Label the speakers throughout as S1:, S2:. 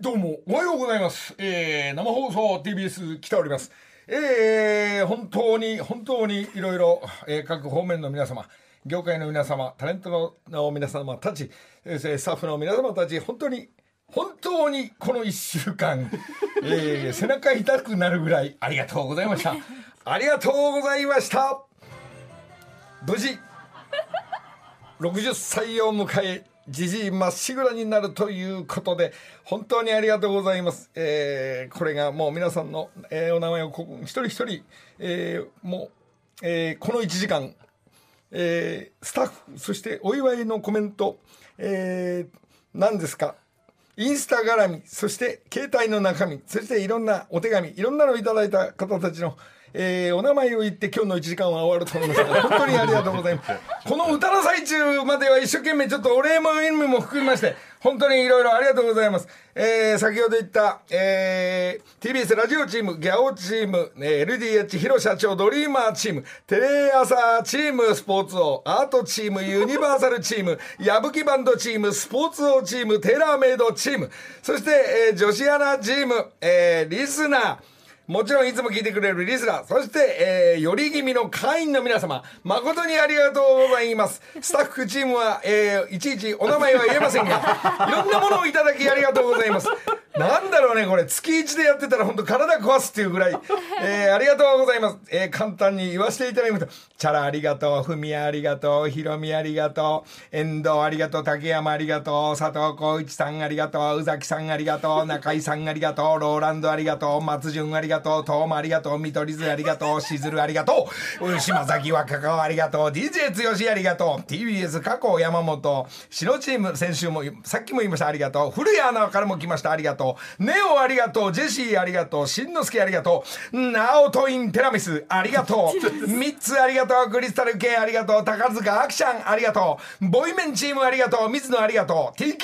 S1: どうもおはようございます。えー、生放送 TBS 来ております。えー、本当に、本当にいろいろ、えー、各方面の皆様、業界の皆様、タレントの皆様たち、えー、スタッフの皆様たち、本当に、本当にこの一週間、 えー、背中痛くなるぐらいありがとうございました。ありがとうございました。無事、60歳を迎え、じじいまっしぐらになるということで、本当にありがとうございます。えー、これがもう皆さんの、えー、お名前をこ一人一人、えー、もう、えー、この1時間、えー、スタッフ、そしてお祝いのコメント、えー、何ですかインスタ絡み、そして携帯の中身、そしていろんなお手紙、いろんなのをいただいた方たちの、えー、お名前を言って今日の1時間は終わると思いますが、本当にありがとうございます。この歌の最中までは一生懸命ちょっとお礼も演舞も含みまして、本当にいろいろありがとうございます。えー、先ほど言った、えー、TBS ラジオチーム、ギャオチーム、えー、LDH 広社長ドリーマーチーム、テレ朝チーム、スポーツ王、アートチーム、ユニバーサルチーム、矢吹バンドチーム、スポーツ王チーム、テラーメイドチーム、そして、えー、女子アナチーム、えー、リスナー、もちろんいつも聞いてくれるリスナー、そして、えー、より気味の会員の皆様、誠にありがとうございます。スタッフチームは、えー、いちいちお名前は言えませんが、いろんなものをいただきありがとうございます。なんだろうね、これ、月1でやってたら本当体壊すっていうぐらい、えー、ありがとうございます。えー、簡単に言わせていただきますと、チャラありがとう、ふみありがとう、ひろみありがとう、遠藤ありがとう、竹山ありがとう、佐藤浩一さんありがとう、宇崎さんありがとう、中井さんありがとう、ローランドありがとう、松潤ありがとう、とう、トーマありがとう、見取り図ありがとう、しずるありがとう、島崎若川ありがとう、DJ 剛ありがとう、TBS 加工山本、白チーム、先週も、さっきも言いました、ありがとう、古谷アナからも来ました、ありがとう、ネオありがとう、ジェシーありがとう、しんのすけありがとう、ナオトインテラミスありがとう、ミッツありがとう、クリスタル K ありがとう、高塚アクシャンありがとう、ボイメンチームありがとう、水野ありがとう、TKO、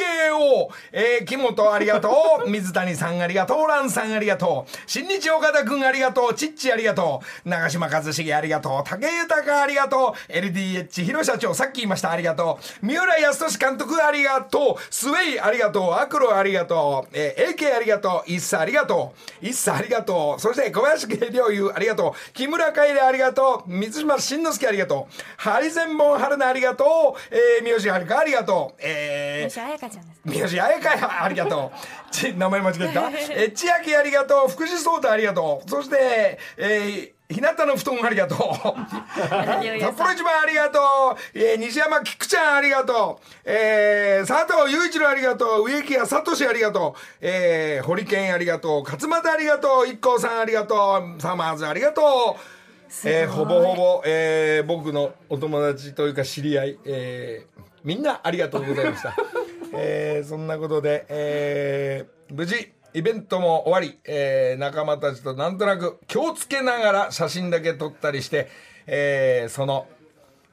S1: えー、木本ありがとう、水谷さんありがとう、ランさんありがとう、新日岡田くんありがとう。チッチありがとう。長島一茂ありがとう。竹豊ありがとう。LDH 広社長、さっき言いました。ありがとう。三浦康俊監督ありがとう。スウェイありがとう。アクロありがとう。えー、AK ありがとう。イッサありがとう。イッサありがとう。そして小林慶良優ありがとう。木村海礼ありがとう。水島慎之介ありがとう。ハリセンボン春菜ありがとう。えー、三好遥ありがとう。えー、
S2: 三好彩香ちゃんです。
S1: 三好彩香ありがとう。ち、名前間違え た。えー、千秋ありがとう。福士蒼太ありがとう。そして、えー、日向の布 団ありがとう。札幌一番ありがとう。えー、西山菊ちゃんありがとう。えー、佐藤雄一郎ありがとう。植木屋聡ありがとう。えー、堀健ありがとう。勝俣ありがとう。一光さんありがとう。サマーズありがとう。えー、ほぼほぼ、えー、僕のお友達というか知り合い、えー、みんなありがとうございました。 えー、そんなことで、えー、無事、イベントも終わり、えー、仲間たちとなんとなく気をつけながら写真だけ撮ったりして、えー、その、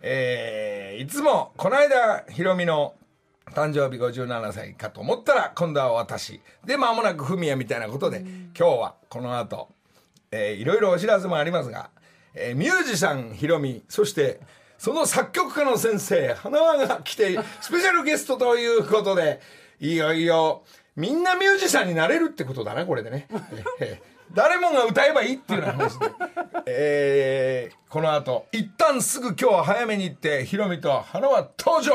S1: えー、いつも、この間、ヒロミの誕生日57歳かと思ったら、今度は私。で、間もなくフミヤみたいなことで、今日はこの後、えー、いろいろお知らせもありますが、えー、ミュージシャンヒロミ、そして、その作曲家の先生、花輪が来て、スペシャルゲストということで、いよいよ、みんなミュージシャンになれるってことだな、これでね。えー、誰もが歌えばいいっていうような話 で。えー、この後、一旦すぐ今日は早めに行って、ヒロミと花は登場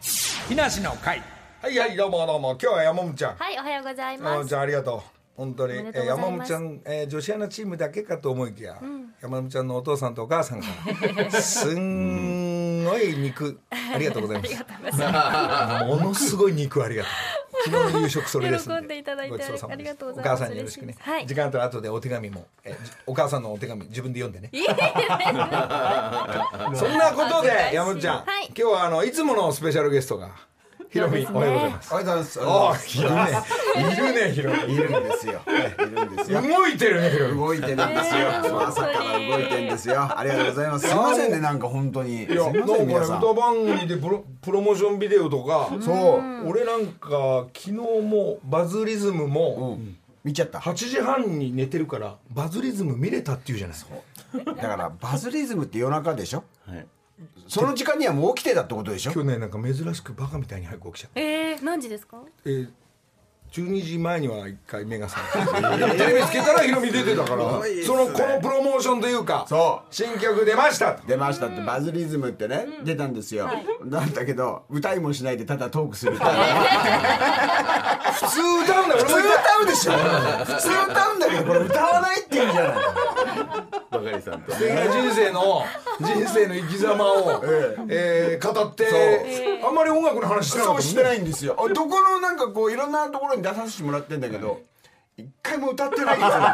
S3: 日梨の会。
S1: はいはい、どうもどうも。今日は山本ちゃん。
S2: はい、おはようございます。
S1: 山本ちゃん、ありがとう。本当に
S2: え
S1: ー、山本ちゃん、えー、女子アナチームだけかと思いきや、うん、山本ちゃんのお父さんとお母さんから すんごい肉ありがとうございますものすごい肉ありがとう。昨日の夕食それです
S2: 喜んでいただいてありがとうござい
S1: ます。お母さんによろしくね。はい、時間あったら後でお手紙もえお母さんのお手紙自分で読んでね。
S2: いいね
S1: そんなこと で山本ちゃん、はい、今日はあのいつものスペシャルゲストが。ひろみ、おはようございます。
S4: おはようございます。
S1: ああ、いるね、いるね、ひろみ。
S4: いるんですよ。いるんですよ。
S1: 動いてるね、ひろみ。
S4: 動いてるんですよ。朝から動いてんですよ。ありがとうございます。すみませんね、なんか本当に。
S1: いや、なんかね、歌番組でプロ、プロモーションビデオとか。、
S4: そう
S1: 俺なんか、昨日もバズリズムも。
S4: 見ちゃった。8
S1: 時半に寝てるから、バズリズム見れたっていうじゃない。
S4: そうだから、バズリズムって夜中でしょはい。その時間にはもう起きてたってことでしょ
S1: 今日ねなんか珍しくバカみたいに早く起きちゃった
S2: えー、何時ですか
S1: えー、 12時前には1回目が覚めてテレビつけたらヒロミ出てたから
S4: ごいです
S1: そ
S4: ね
S1: のこのプロモーションというか
S4: そう
S1: 新曲出ました
S4: 出ましたってバズリズムってね、出たんですよ、なんだけど歌いもしないでただトーク するっていう
S1: 普通歌うんだよ
S4: 普通
S1: 俺も言っ
S4: 歌うでしょ普通歌うんだけどこれ歌わないっていうんじゃない
S5: バカリさんと
S1: た恋愛人生の人生の生き様を、 えー語ってあんまり音楽の話してなかった
S4: そう
S1: も
S4: し
S1: ん
S4: て
S1: ね
S4: ないんですよあどこのなんかこういろんなところに出させてもらってんだけど一回も歌ってないんですよね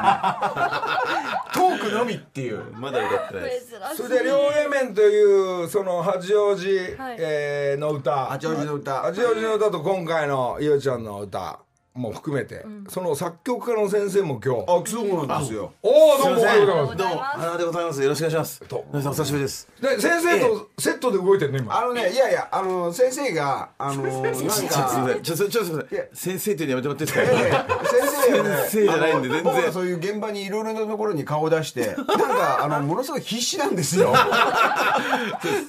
S4: トークのみっていう
S5: まだ歌ってないです
S1: そ
S2: 珍しい
S1: れで両 A 面というその八王子、
S2: はい
S1: えーの歌
S4: 八王子の歌
S1: 八王子の歌と今回のゆうちゃんの歌も含めて、その作曲家の先生も今日
S4: あそうなんですよ
S1: おおどうもおはようございます
S2: どうも
S5: 花でございますよろしくお願いします皆さんお久しぶりです
S1: で先生とセットで動いてるね今
S4: あのねいやいやあの先生があのなん
S5: ちょっとすいま
S4: か
S5: せんちょっとちょっとすいません
S4: いや
S5: 先生っていうのやめてもらっていいです
S4: ええ
S5: か
S4: 先生がね
S5: 先生じゃないんで
S4: あの
S5: 全然
S4: 僕はそういう現場にいろいろなところに顔を出してなんかあのものすごい必死なんですよ
S1: なんか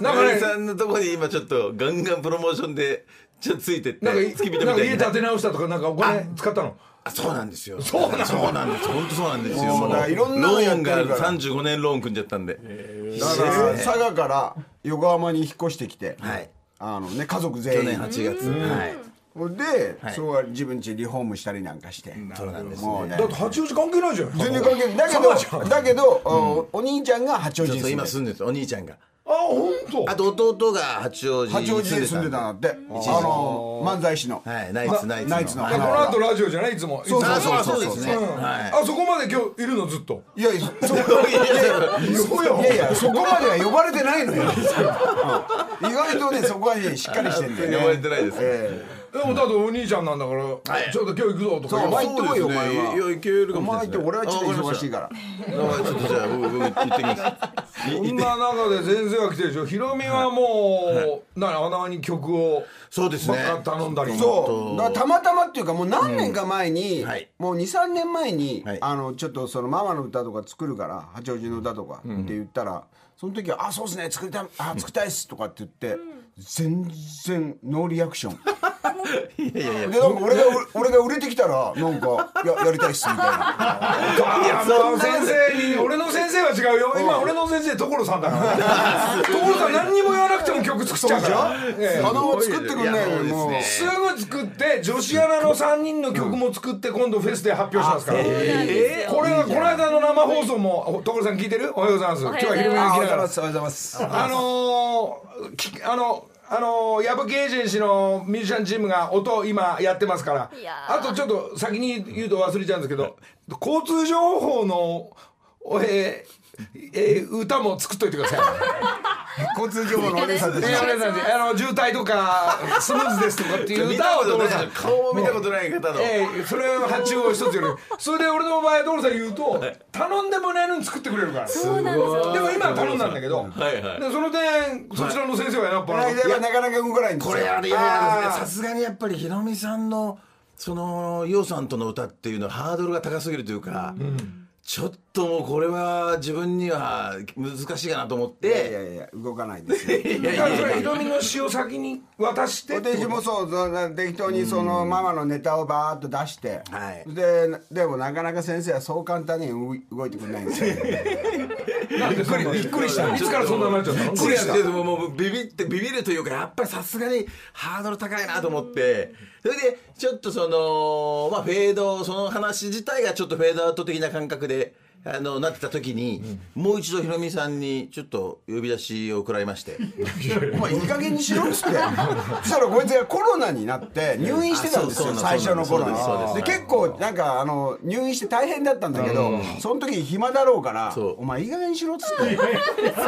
S5: 花
S1: ね
S5: でさんのとこに今ちょっとガンガンプロモーションでちょっとついてって
S1: なんか
S5: 付き人
S1: な
S5: みた
S1: んか
S5: い
S1: 家
S5: に
S1: 建て直したとかなんかお金使ったの
S5: あそうなんですよそうなんそうなんです本当そうなんですよ
S4: もう
S5: もう
S4: だからいろんなの
S5: ロ
S4: や
S5: ー
S4: って
S5: ン
S4: るから
S5: が35年ローン組んじゃったんで
S4: だから佐賀から横浜に引っ越してきて、
S5: はい
S4: あのね家族
S5: 去
S4: 全員
S5: 年8月はい
S4: で、
S5: はい
S4: そうは自分家リフォームしたりなんかして
S5: そうなんです
S4: もうね
S1: だって八王子関係ないじゃん
S4: 全然関係ないだけどだけど、おお兄ちゃんが八王子
S5: そ
S4: に住んで
S5: うそう今
S4: た
S5: 住んでるんですお兄ちゃんが
S1: あ本当
S5: あと弟が八王子
S4: 八王子に
S5: に
S4: 住
S5: 住
S4: ん
S5: ん
S4: でた
S5: でた
S4: んだってあの漫才師の、
S5: はいナイツナイツの
S4: ナイツの
S5: はい
S1: この後ラジオじゃないいつも
S4: そう
S5: あ
S1: いつも
S5: そうそうですね
S1: うん
S5: はい
S1: あそこまで今日いるのずっと
S4: いやいやそこ
S5: いやいやいや
S4: いやいやそこまでは呼ばれてない のよ、うん意外とねそこはねしっかりしてんだよね
S5: 呼ばれてないです
S4: え
S1: でもだってお兄ちゃんなんだから、ちょっと今日行くぞと
S4: え
S1: か言
S4: お
S1: わな
S4: 前
S1: い
S4: 行ってこいよお
S5: そうで
S4: 前
S5: すね
S4: はい
S5: やいけるか
S4: お
S5: もし
S4: 前行
S5: れ
S4: っ
S5: な
S4: て俺は
S5: いですね
S4: ちょっと
S5: あわかりま
S4: 忙
S5: した
S4: しいから
S5: あちょっとじゃあ僕僕行ってきますい
S1: そ
S5: 行
S1: ん
S5: って
S1: な中で先生が来てるでしょヒロミはもう、なに穴に曲を
S5: そうですね
S1: ばっか頼んだり
S4: そうだからたまたまっていうかもう何年か前に、
S5: んはい
S4: もう23年前に、
S5: はい
S4: あのちょっとそのママの歌とか作るから八王子の歌とかって言ったら、その時は「あそうですね作りたいあ作りたいっす」とかって言って、全然ノーリアクション
S5: いやいやいや
S4: でなんか俺が俺が売れてきたらなんかややりたいっすみたいな
S1: あいやまあ先生に俺の先生は違うよ今俺の先生所さんだからね所さん何にも言わなくても曲作っちゃうからええ
S4: 花を作ってくんない
S5: いや
S4: よ
S5: そうですね
S4: もう
S1: すぐ作って女子アナの3人の曲も作って今度フェスで発表しますから、これがこの間の生放送もお所さん聞いてるおはようございます今日は昼
S2: お
S1: 見に
S4: あ
S2: は
S4: おは
S1: 来
S4: よう
S1: な
S4: ご
S1: が
S4: ざい
S1: ら
S4: ますおはようございます
S1: あのーきあの、あのー、矢吹エージェンシーのミュージシャンチームが音を今やってますから
S2: いや、ー
S1: あとちょっと先に言うと忘れちゃうんですけど、交通情報の、おえーえー歌も作っといてく ださい。
S4: 交通情報のお姉さん
S1: え
S4: たち
S1: ー、あれなんであの渋滞とかスムーズですとかっていう
S5: 見
S1: 歌
S5: た
S1: を
S5: こと
S1: 所
S5: な
S1: さ
S5: い
S1: ん。
S5: 顔も見たことない方の
S1: えーそれを発注を一つよりそれで俺の場合所さん言うと頼んでもらえるのに作ってくれるから
S2: そうなんですよ
S1: でも今は頼んだんだけど、
S5: はいはい
S1: でその点そちらの先生はやっぱ、
S4: この間がなかなか動かないんですよ
S5: これあれよ
S1: あー
S5: さすがにやっぱりひろみさんのそのようさんとの歌っていうのはハードルが高すぎるというか、ちょっともうこれは自分には難しいかなと思っ
S4: いやいや
S5: て
S4: いや動かないんですよ
S5: いやい
S1: だか
S5: や
S1: ら
S5: い
S1: それ
S5: や
S1: ヒロミの詩を先に渡してってこと
S4: 私もそうその適当にそのママのネタをバーッと出して、
S5: はい
S4: ででもなかなか先生はそう簡単に動い動いてくれないんです よ
S1: なんでそんなびっくりしたいつからそんなになっちゃったの
S5: これやってもうもうビビってビビるというかやっぱりさすがにハードル高いなと思ってそれでちょっとそのまあフェードその話自体がちょっとフェードアウト的な感覚であのなってた時に、もう一度ひろみさんにちょっと呼び出しを食らいまして
S4: お前いい加減にしろっつって そしたらこいつがコロナになって入院してたんですよ
S5: あそうそう
S4: 最初の頃
S5: そうですそうです
S4: にで結構なんかあの入院して大変だったんだけどその時暇だろうから
S5: そう
S4: お前いい加減にしろっつって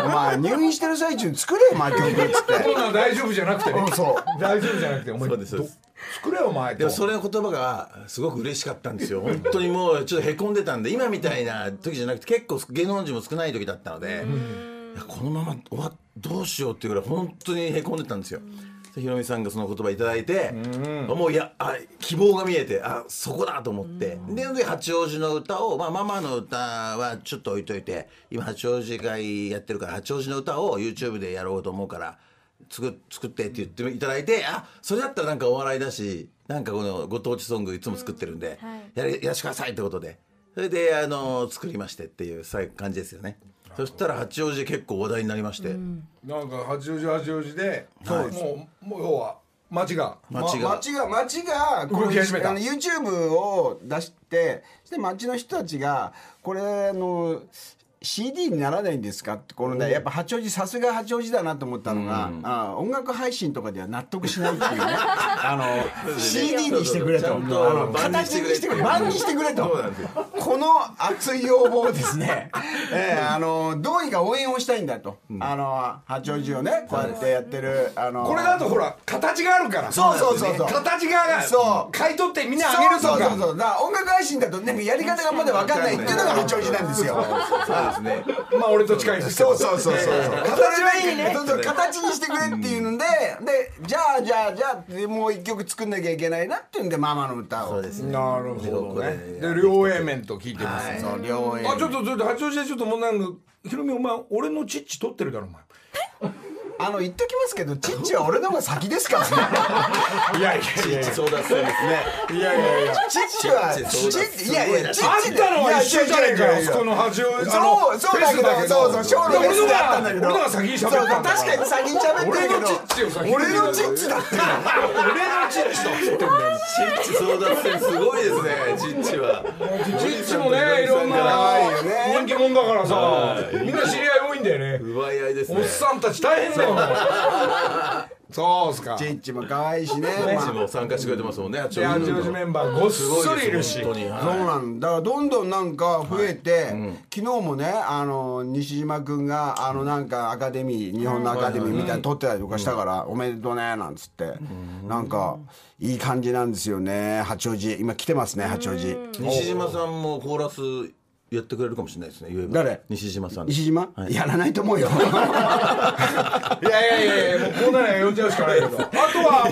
S4: お前入院してる最中に作れよお前曲っつって
S1: コロナ大丈夫じゃなくてね
S4: うんそう
S1: 大丈夫じゃなくてお前
S5: そうですそう
S1: ど
S5: です
S1: 作れよお前
S5: で
S1: と
S5: もそれの言葉がすごく嬉しかったんですよ本当にもうちょっとへこんでたんで今みたいな時じゃなくて結構芸能人も少ない時だったので、いやこのまま終わどうしようっていうぐらい本当にへこんでたんですよ。でひろみさんがその言葉いただいて、もういやあ希望が見えてあそこだと思って、でで八王子の歌を、まあ、ママの歌はちょっと置いといて今八王子会やってるから八王子の歌を YouTube でやろうと思うから作作ってって言っていただいてあそれだったらなんかお笑いだしなんかこのご当地ソングいつも作ってるんで、
S2: うんはい
S5: やれやらしてくださいってことでそれであの作りましてっていうさ感じですよねそしたら八王子で結構話題になりまして、
S1: なんか八王子八王子で、
S5: はい
S1: もうもう要は町が
S5: 街が、
S4: 町が町がこ
S1: 動き始めた
S4: あの YouTube を出してそして町の人たちがこれあの CD にならないんですかってこのねやっぱ八王子さすが八王子だなと思ったのが、あ音楽配信とかでは納得しない っていうねあの CD にしてくれ
S5: ち
S4: と
S5: ゃ
S4: あ
S5: んと
S4: の
S5: 版に
S4: 形
S5: してくれ
S4: にしてくれ版にしてくれと
S5: そうなんですよ
S4: この熱い要望をですね、えーあのどうにか応援をしたいんだと、あの八王子をねこうやってやってるあの
S1: これだとほら形があるから
S4: そうそうそうそう
S1: 形が
S4: そう
S1: 買い取ってみんなあ
S4: そう
S1: げると
S4: そうそう
S1: か
S4: そうだから音楽配信だとなんかやり方がまだ分かんないっていうのが八王子なんですよ
S5: そうですね
S1: まあ俺と近いですけ
S4: そ
S1: ど
S4: うそうそうそう形がいいねそうそう形にしてくれっていうのででじゃあじゃあじゃあでもう一曲作んなきゃいけないなっていうんでママの歌を
S5: そうですね
S1: なるほどね
S5: ここ
S1: で両 A 面と聞いてます、
S4: そう両親
S1: あちょっとちょっと八王子でちょっともうなんかひろみお前俺のチッチ取ってるだろお前
S4: あの言っときますけどチッチは俺の方が先ですからね
S1: いやいやいやいや
S5: そうだそうです
S1: い
S5: ね
S1: やいやいや
S4: チッチは
S5: チ
S4: チ
S5: ッチそうだ
S4: ッチいやいやチ
S1: あ
S4: ッチ
S1: んたのは一緒じゃねえかよ
S4: いやいやいやいや
S1: そこの八王子あ
S4: そ
S1: の
S4: うそうだけど
S1: フェス
S4: そうそうショーの
S1: いや
S4: ベ
S1: 俺の
S4: ストだったん
S1: が
S4: だけ
S1: 俺
S4: ど
S1: のが先に喋っ
S4: そう
S1: て
S4: そ
S1: る
S4: う確かに先に喋ってる
S1: 俺
S4: け
S1: の
S4: ど
S1: チッチを先に
S4: 俺のチッチだって
S1: 俺のチッチとってんだよ
S5: チッチ争奪戦すごいですねチッチは
S1: チッチもねいろん
S4: 可愛いよ
S1: な人
S4: ね
S1: 気者だからさみんな知り合い多いんだよね
S5: 奪い合いです
S1: お
S5: ね
S1: っさんたち大変だよもうそうっすか
S4: チッチも可愛いしねまあ
S5: チも参加してくれてますもんね八
S1: で八王子メンバーごっそりいるし
S5: 本当にはい
S4: そうなんだからどんどんなんか増えて、昨日もねあの西島君があのなんかアカデミー日本のアカデミーみたいなの撮ってたりとかしたから「おめでとうね」なんつって、なんかいい感じなんですよね八王子今来てますね八王子
S5: 西島さんもコーラスやってくれるかもしれないですね言えば
S4: 誰
S5: 西島さん
S4: 西島、
S5: はい
S4: やらないと思 うよ
S1: いやいやいやいやもうこんなの呼んじゃうしかないけどあとは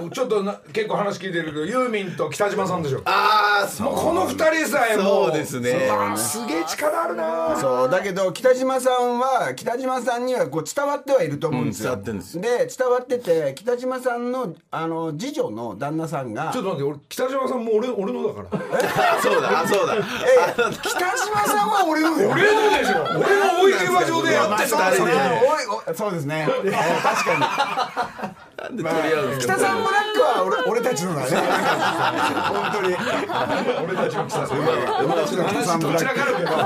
S1: もうちょっとな結構話聞いてるけどユーミンと北島さんでしょ
S5: ああ
S1: もうこの二人さえも
S5: そうですね
S1: うわーすげえ力あるなー
S4: そうだけど北島さんは北島さんにはこう伝わってはいると思うんですよ、
S5: うん伝わってんですよ
S4: 伝わってて北島さんのあの次女の旦那さんが
S1: ちょっと待って俺北島さんも俺俺のだから
S5: そうだあそうだ
S4: ええ北島さんは俺のよ
S1: 俺のでしょ俺の大井競馬場でやって
S4: そう
S1: た
S4: で
S1: ん
S4: すね
S1: だよ。
S4: おいおそうですね。えー 確かに。
S5: なんで取り合うんですか
S4: 北さんブラックは俺俺たちのだ ね。本当に。
S1: 俺たちも北さん
S4: 私の北さ
S1: 話
S4: んブ
S1: ど
S4: ラ
S1: ち
S4: ッ
S1: ら
S4: ク。
S1: かるけど何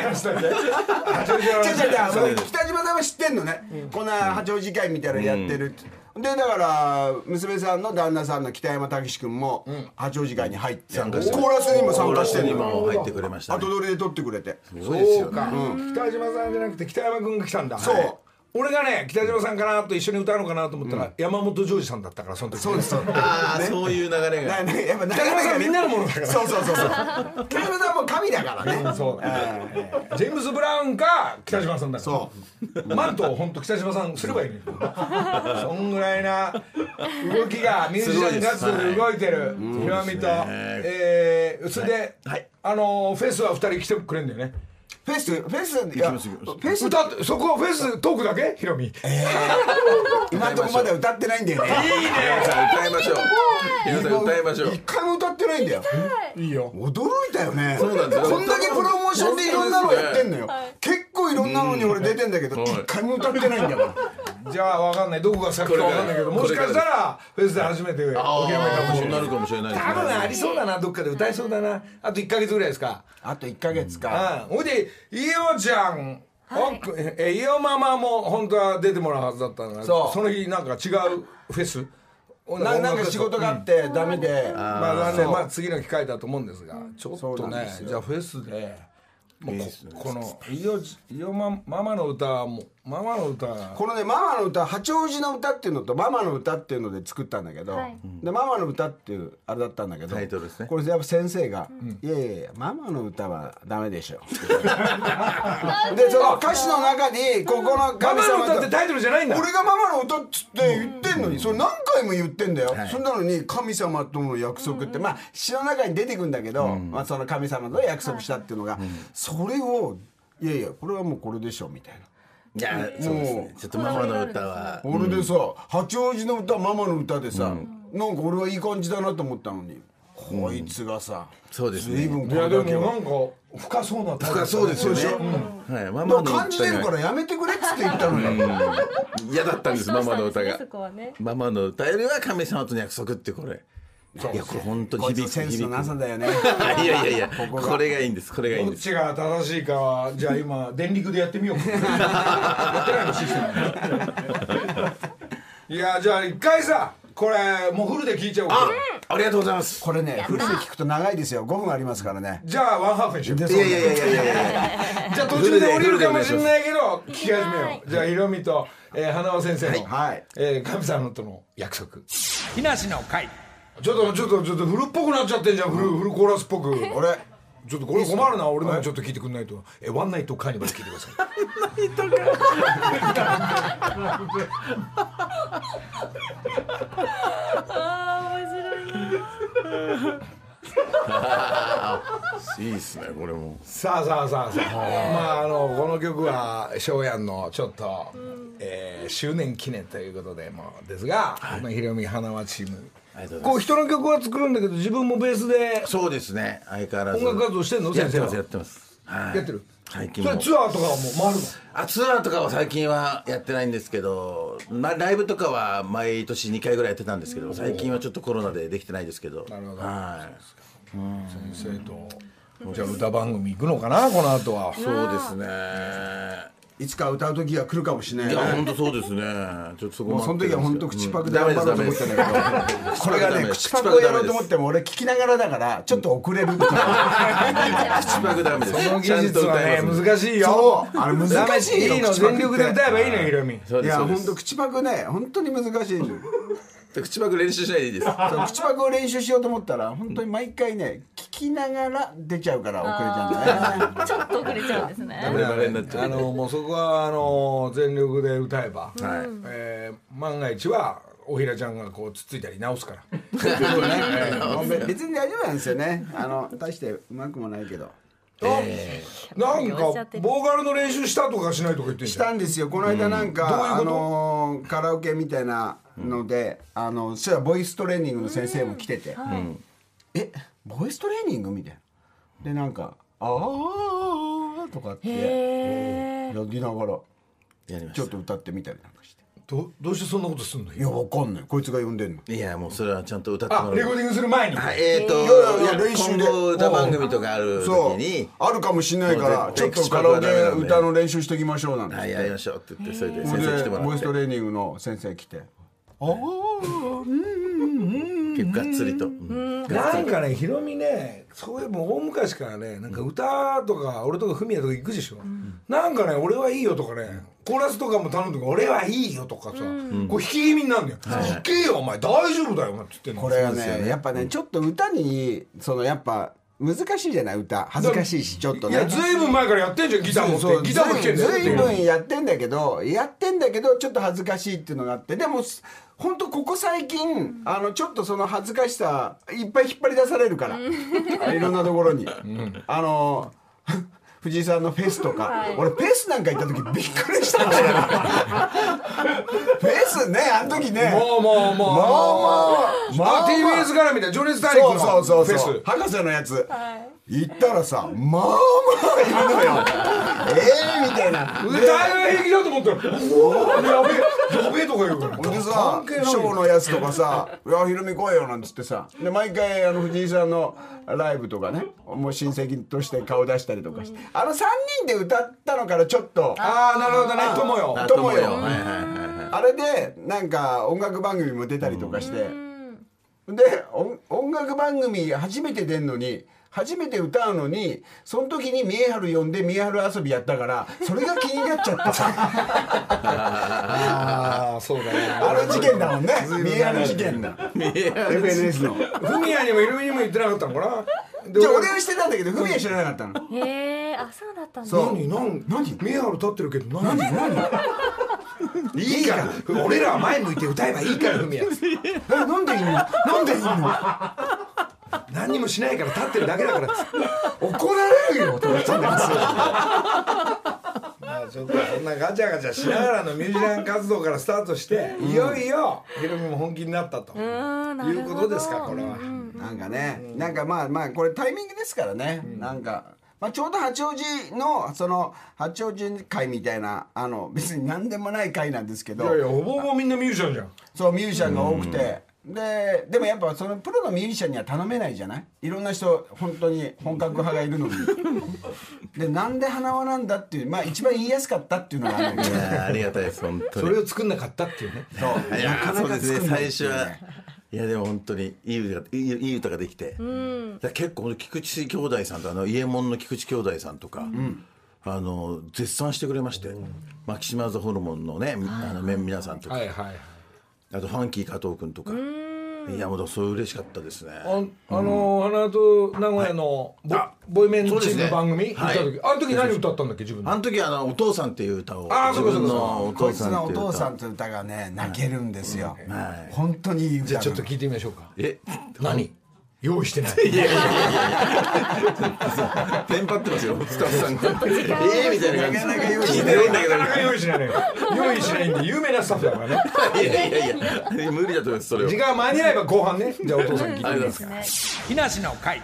S1: 話したん だよ
S4: 違う違う違うあの北島さんは知ってんのね。こんな八王子会みたいなのやってるって。でだから娘さんの旦那さんの北山武史君も八王子会に入ってコ
S5: 参加して
S4: ーラスにも参加して
S5: に
S4: るの
S5: も入ってくれましたね
S4: 後取りで撮ってくれて
S5: すごいです
S1: そ
S5: よ
S1: う
S5: ね
S1: か北島さんじゃなくて北山君が来たんだ
S4: そう
S1: はい俺がね北島さんかなと一緒に歌うのかなと思ったら山本譲二さんだったからその時
S4: そうですそうです
S5: ああそういう流れが
S4: だねやっぱ
S1: 北島さんはみんなのものだから
S4: そうそうそうそう北島さんも神だからね
S1: そうジェームズ・ブラウンか北島さんだから
S4: そう
S1: マントを本当北島さんすればいいのよそんぐらいな動きがミュージシャン活動で動いてるひろみと、えー、それで、あのーフェスは2人来てくれんだよね
S4: フェスフェスいやフェス
S1: 歌ってそこはフェストークだけひろみいいね
S4: 今のとこまだ歌ってないんだよね
S5: 皆さん歌いましょう皆さん 歌いましょう
S4: 一回も歌ってないんだよ
S1: いいよ
S4: 驚いたよね
S5: そうなんですよ
S4: こんだけプロモーションでいろんなのやってんのよ結構いろんなのに俺出てんだけど
S5: ん
S4: 一回も歌ってないんだから
S1: じゃあわかんないどこが先かわかんないけど
S5: これから
S1: もしかしたらフェスで初めてお披露目かもし
S5: そう
S1: れ
S5: な
S1: ない
S5: るかもしれないですね
S1: 多分ありそうだなどっかで歌いそうだなあと1か月ぐらいですか
S4: あと1か月か
S1: うんほいで伊代ちゃん
S2: はい
S1: おえ伊代ママも本当は出てもらうはずだったんだけど
S4: そう
S1: その日なんか違うフェス
S4: ななんか仕事があってダメで
S1: まあ残
S4: そ
S1: 念
S4: う
S1: まあ次の機会だと思うんですがちょっ
S4: そ
S1: と
S4: うなん
S1: ね
S4: ですよ
S1: じゃあフェスでもう
S5: いい
S1: こ
S5: ですね
S1: この伊代ち伊代マママの歌はもうママの歌は
S4: このね「ママの歌」八王子の歌っていうのと「ママの歌」っていうので作ったんだけど、
S2: はい
S4: でママの歌っていうあれだったんだけど
S5: タイトルですね
S4: これやっぱ先生が「いやいやいやママの歌はダメでしょ」でその歌詞の中にここの
S1: マ
S4: 神
S1: マの
S4: 様
S1: 歌って
S4: と
S1: タイトルじゃないんだ
S4: 俺がママの歌っつって言ってんのに、それ何回も言ってんだよ、そんなのに神様との約束って、まあ詩の中に出てくんだけど、まあ、その神様と約束したっていうのが、それを「いやいやこれはもうこれでしょ」みたいな。
S5: いやそうですねちょっとママの歌は
S4: 俺でさ、八王子の歌ママの歌でさ、なんか俺はいい感じだなと思ったのにこいつがさ
S5: そうですね
S4: 随分こ
S1: いや
S4: れ
S1: で
S4: だ
S1: も
S4: け
S1: な
S4: は
S1: んか深そうな
S5: だからそうですよね。はい、マ
S4: でも
S5: マの
S4: 感じて
S5: 歌
S4: るか
S5: が
S4: らやめてくれっつって言ったのに
S5: 嫌だったんです、ママの歌が
S2: そ。こはね。
S5: ママの歌よりは亀様との約束ってこれ。いや、これ本当に
S4: こいつ
S5: 響
S4: の
S5: く
S4: センス
S5: 響
S4: の
S5: く。
S4: なさだよね
S5: いやいやいや、これがいいんです、これがいいん
S1: どっ
S5: です。
S1: ちが正しいかはじゃあ今電力でやってみよう やってないのシステムいやじゃあ一回さこれもうフルで聞いちゃおう
S5: あ、ありがとうございます。
S4: これねフルで聞くと長いですよ5分ありますからね
S1: じゃあワンハーフにしよう
S4: で
S5: いやいやいやいやいやいや。
S1: じゃあ途中で降りるかもしれないけど聞き始めようじゃあひろみと、えー、花輪先生の、
S4: はい
S1: えー、神さんとの約束
S3: 木梨の会
S1: ちょっとちょっとちょっとフルっぽくなっちゃってんじゃんフルフルコーラスっぽく
S4: あれ
S1: ちょっとこれ困るな俺のもちょっと聞いてくんないとえワンナイトカーニバル聞いてください
S2: ああ面白いな。
S5: いいですね、これも。
S1: さあさあさあさあ、まああのこの曲は翔やんのちょっと、えー周年記念ということでもうですが、まあひろみ花輪チーム
S5: ありがとうございます
S1: こう人の曲は作るんだけど自分もベースで
S5: そうですね、相変わらず。
S1: 音楽活動してんの
S5: やってます、やっ
S1: 先
S5: てます。はい
S1: やってる
S5: 最近
S1: そ
S5: も
S1: れツアーとかはもう回るの
S5: あツアーとかは最近はやってないんですけど、まあ、ライブとかは毎年2回ぐらいやってたんですけど最近はちょっとコロナでできてないですけど
S1: なるほど
S5: は
S1: 先生とじゃあ歌番組行くのかなこの後はい
S5: そうですね
S4: いつか歌う時が来るかもしれない
S5: い
S4: よ
S5: や
S4: ね
S5: 本当そうですねちょっとそこ
S4: もうその時は本当口パクで頑張ろうと思ったん
S5: け
S4: だけどこれがね口パクをやろうと思っても俺聞きながらだからちょっと遅れるっていう
S5: 口パクダメです
S1: その技術はね難しいよ
S4: そうあれ難しいよ
S1: いいの
S4: 口パクっ
S1: 全
S4: て
S1: 力で歌えばいいのよひろみ
S5: そう
S4: い
S5: です
S4: や
S5: そうで
S4: 本
S5: す
S4: 当口パクね本当に難しいんだよ
S5: 口パク練習しないでいいです
S4: そう口パクを練習しようと思ったら本当に毎回ね聞きながら出ちゃうから遅れちゃうんだね
S2: ちょっと遅れちゃうんですね。
S5: バレバレになっちゃ
S1: あ
S5: う
S1: のもうそこはあの全力で歌えば、
S5: はい
S1: えー万が一はおひらちゃんがこうつっついたり直すから
S4: ね別に大丈夫なんですよねあの大してうまくもないけど
S1: なんかボーカルの練習したとかしないとか言ってん
S4: し
S1: じゃん
S4: たんですよこの間なんか、
S1: どういうこと
S4: あのーカラオケみたいなので、あのそしたらボイストレーニングの先生も来てて「えボイストレーニング?」みたいなでなんか「あー」とかって
S2: へえ。
S4: やりながら
S5: やりま
S4: ちょっ
S5: し
S4: と歌ってみたりなんかして
S1: どどうしてそんなことすんの
S4: いやわかんないこいつが呼んでんの
S5: たいやもうそれはちゃんと歌ってもら
S1: あ
S5: う
S1: レコーディングする前に、
S5: はいえーと
S4: いやいや練習で
S5: 今後歌番組とかある
S4: そ
S5: 時
S4: う
S5: に
S4: あるかもしんないから
S5: もう
S4: ちょっと
S5: 絶対口
S4: カ
S5: パク
S4: ラオ
S5: は
S4: ケ
S5: ダメなんで
S4: 歌の練習しときましょうなんて
S5: はいやりましょうって言ってそれで
S4: そ
S5: 先
S4: れ
S5: 生来て
S4: で
S5: もら
S4: ボイ
S5: っ
S4: ス
S5: て
S4: トレーニングの先生来て「あー
S5: 結構がっつりとうん
S1: なんかねひろみねそういえば大昔からねなんか歌とか俺とかフミヤとか行くでしょ、なんかね俺はいいよとかねコーラスとかも頼むとか俺はいいよとかさ、こう引き気味になるのよ「弾けよお前大丈夫だよ」って言ってんの
S4: これは
S5: そうですよ
S4: ね
S5: ね
S4: やっぱねちょっと歌にそのやっぱ難しいじゃない歌恥ずかしいしちょっと
S1: い
S4: ね
S1: やずいぶん前からやってんじゃんギター持
S4: そ
S1: っ
S4: う
S1: てギターも弾けんだよ
S4: ずいずいぶんやってんだけどやってんだけどちょっと恥ずかしいっていうのがあってでも本当ここ最近あのちょっとその恥ずかしさいっぱい引っ張り出されるからいろんなところにあの 藤井さんのフェスとか
S2: はい
S4: 俺フェスなんか行った時びっくりし たんだよフェスねあの時ね
S1: もうもうもうもう
S4: まあまあ
S1: まあ TBS からみたいな情熱大陸
S4: そ
S1: の
S4: うそうそう
S1: フェス
S4: そう博士のやつ、行ったらさまあまあいるの よええみたいな
S1: 歌い平気だと思ったら「うわやべえやべえ」とか言うから
S4: でさショーのやつとかさ「 いやひろみ来いよ」なんつってさで毎回あの藤井さんのライブとかねもう親戚として顔出したりとかして、あの3人で歌ったのからちょっとあ
S1: ああなるほどね友よ
S5: あ
S4: 友よ
S5: 友よはいはいはいはい
S4: れでなんか音楽番組も出たりとかして、で音音楽番組初めて出んのに初めて歌うのにその時に三重春呼んで三重春遊びやったからそれが気になっちゃって さ
S1: ああそうだね
S4: あの事件だもんね三重春事件だ FNS の。
S1: フミヤにもイルミにも言ってなかったのかなで
S4: じゃあ俺はしてたんだけどフミヤ知らなかったの。
S2: へえ。あそうだったんだ。
S4: そう
S1: 何何
S4: 何
S1: ミヤル立ってるけど何何いいから俺らは前向いて歌えばいいからフミヤ
S4: えなんでいいのなんでいいの
S1: 何にもしないから立ってるだけだから
S4: 怒られるよと思ったんだ
S6: ちょっとそんなガチャガチャしながらのミュージシャン活動からスタートして、いよいよヒロミも本気になったと、
S2: ーんなる
S6: いう
S2: ほど
S6: ことですかこれは、
S4: なんかね、なんかまあまあこれタイミングですからね、なんか、まあ、ちょうど八王子のその八王子会みたいなあの別に何でもない会なんですけど
S6: いやいやほぼほぼみんなミュージシャンじゃん
S4: そうミュージシャンが多くて、ででもやっぱそのプロのミュージシャンには頼めないじゃないいろんな人本当に本格派がいるのにでなんで花輪なんだっていうまあ一番言いやすかったっていうのがあるんだけ
S5: い
S4: ど
S5: やーありがたいです本当に
S6: それを作んなかったっていうね
S4: そう
S5: いや
S4: なか
S5: ー
S4: な
S5: そう
S4: か
S5: です
S4: 作
S5: ね
S4: んない
S5: 最
S4: っていう
S5: 初
S4: ね
S5: はいやでも本当にいい歌がいいいい歌ができて、だから結構俺菊池兄弟さんとあの伊右衛門の菊池兄弟さんとか、あの絶賛してくれまして、マキシマーズホルモンのね、あのメン皆さんとか、
S1: はいはいはい
S5: あとファンキー加藤君とか、いやもうそれ嬉しかったですね。
S1: ああの花と名古屋のボ,、ボイメンチ
S5: そうで
S1: ー
S5: す
S1: ム
S5: ね
S1: の番組行った
S5: は
S1: 時、
S5: い
S1: あの時何歌ったんだっけ自分で
S5: あの時あのお父さんっていう歌を
S1: あー
S5: 自
S1: そうかそう
S5: 分
S1: かそうか
S5: のお
S4: こ
S5: 父
S4: いつ
S5: さん
S4: の
S5: って
S4: お
S5: いう
S4: 父さん
S5: 歌
S4: という歌がね泣けるんですよ、
S5: はい
S4: 本当にいい歌
S1: じゃあ
S4: な
S1: ちょ
S4: の
S1: っと聞いてみましょうか
S5: え
S1: 何用意してない
S5: テンパってますよスタッフさんがえーみたいな感じ
S4: なかなか用意
S5: 聞
S4: し
S5: い
S4: な
S5: て
S4: い
S5: ないんだけ
S1: なか
S5: ど
S1: なか用意しないのよ用意しないんで有名なスタッフだからね
S5: いやいやいや無理だと思いますそれは
S1: 時間間に合えば後半ねじゃあお父さんに聞いて
S5: ありがとうございます
S3: 木梨の会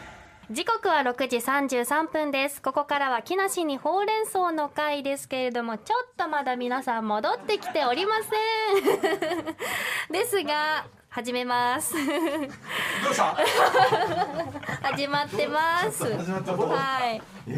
S2: 時刻は6時33分ですここからは木梨にほうれん草の会ですけれどもちょっとまだ皆さん戻ってきておりません ですが始めます
S1: どうした
S2: 始まってますはい
S5: す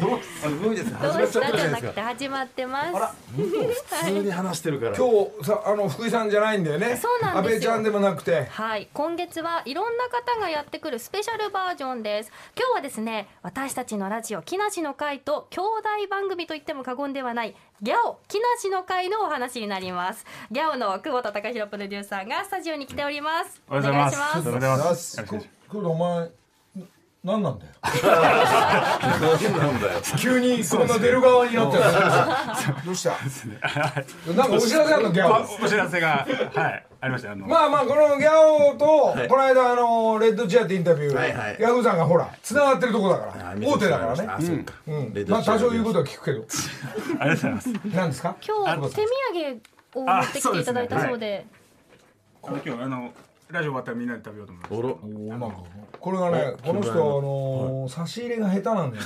S5: ごいですね
S2: どう
S5: 始まっち
S2: し
S5: ゃったた
S2: じ
S5: じ
S2: ゃ
S5: ゃなで
S2: ないく
S5: す
S2: て
S5: か
S2: 始まってます
S5: 普通に話してるから
S1: 今日さあの福井さんじゃないんだよね
S2: そうなんです
S1: 安倍ち
S2: よ
S1: ゃんでもなくて
S2: はい、今月はいろんな方がやってくるスペシャルバージョンです。今日はですね、私たちのラジオ木梨の会と兄弟番組と言っても過言ではないギャオ木梨の会のお話になります。ギャオの久保田貴弘プロデューサーがスタジオに来ております。
S7: おはようございます
S2: お願いし
S7: おはようございますよろしくお願いし
S1: 今日お前何なんだよ
S5: なんだよ
S1: 急にそんな出る側になってる
S4: どうした
S1: なんかお知らせあるのギャオ
S7: ますお知らせがはいありましたあの、
S1: まあまあこのギャオとこの間あのレッドチェアってインタビュ
S5: はいはい
S1: ーヤフーさんがほら繋がってるとこだから
S5: あ
S1: 大手だからね
S5: あそっかレッド
S1: まあ多少言うこと
S5: は
S1: は聞くけど
S7: ありがとうございます
S1: 何ですか
S2: ます今日手土産を持ってきていただいたそうで、
S7: この今日あのラジオ終わったらみんなで食べようと思います
S5: おろ
S1: おなんかこれがねこの人あのー差し入れが下手なんだ よね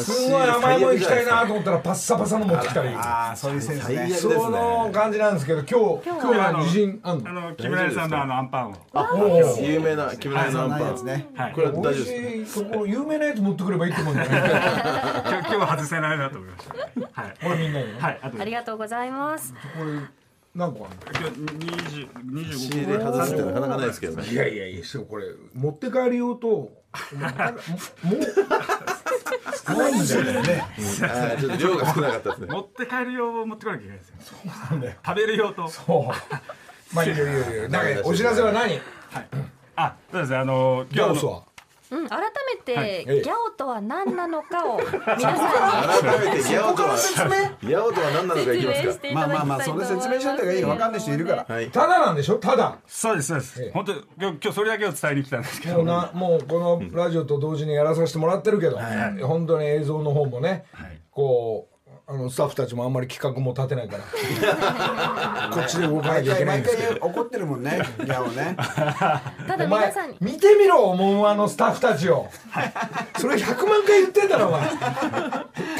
S1: すごい甘いもん行きたいなと思ったらパッサパサの持ってきたり
S4: ああそういうセンス
S5: 最悪
S4: ね
S5: です
S1: そ
S5: ね
S1: の感じなんですけど今日今日は自信あん
S7: あ
S1: の
S7: の木村さんのあのアンパンを
S5: 有名な木村屋のアン
S4: ない
S5: パ
S4: やつ
S5: ン
S4: ね
S7: はい
S5: これは大
S1: 美
S5: 丈夫
S1: 味し
S5: で
S1: いところ有名なやつ持ってくればいいと思うんだよね
S7: 今日今日外せないなと思いましたはい
S1: これみんなにね
S7: はいあと
S2: ありがとうございます。
S1: これ 何個ある
S7: 今日二十二
S5: す
S7: 十
S5: 仕入
S7: 五
S5: れ外すってなかなかないですけどね
S1: いやいやいやそうこれ持って帰り用ともうもう ないんだよね
S5: あーちょっと量が少なかったですね
S7: 持って帰る用を持ってこなきゃいけないですよ食べる用と
S1: そうまあいいよいいよいいよだからお知らせは何
S7: あそうですねあの
S1: ギャオ
S7: の
S1: スは
S2: うん、改めて、
S1: ええ
S2: ギャオとは何なのかを皆さん
S5: 改めてギャオとはギャオとは何なの
S2: に
S5: かいき
S2: 説明
S5: ます
S2: し
S5: か
S2: てい
S4: ま
S2: た
S4: あ
S2: だき
S4: ま
S2: た
S4: あ
S2: いと思
S4: まあ
S2: います。
S4: それ説明しといた方がいいよわかんない人いるから
S5: はい
S1: ただなんでしょただ
S7: そうですそうです、本当今日今日それだけを伝えに来たんですけ
S1: も
S7: ど
S1: うなもうこのラジオと同時にやらさせてもらってるけど、本当に映像の方もね、こうあのスタッフたちもあんまり企画も立てないからこっちで動かな
S4: 毎
S1: きゃいけ
S4: 回
S1: ないん
S4: 毎
S1: ですけど
S4: 回怒ってるもんねギャオね
S2: ただ
S1: お前
S2: 皆さんに
S1: 見てみろ思うあのスタッフたちをそれ100万回言ってんだろお前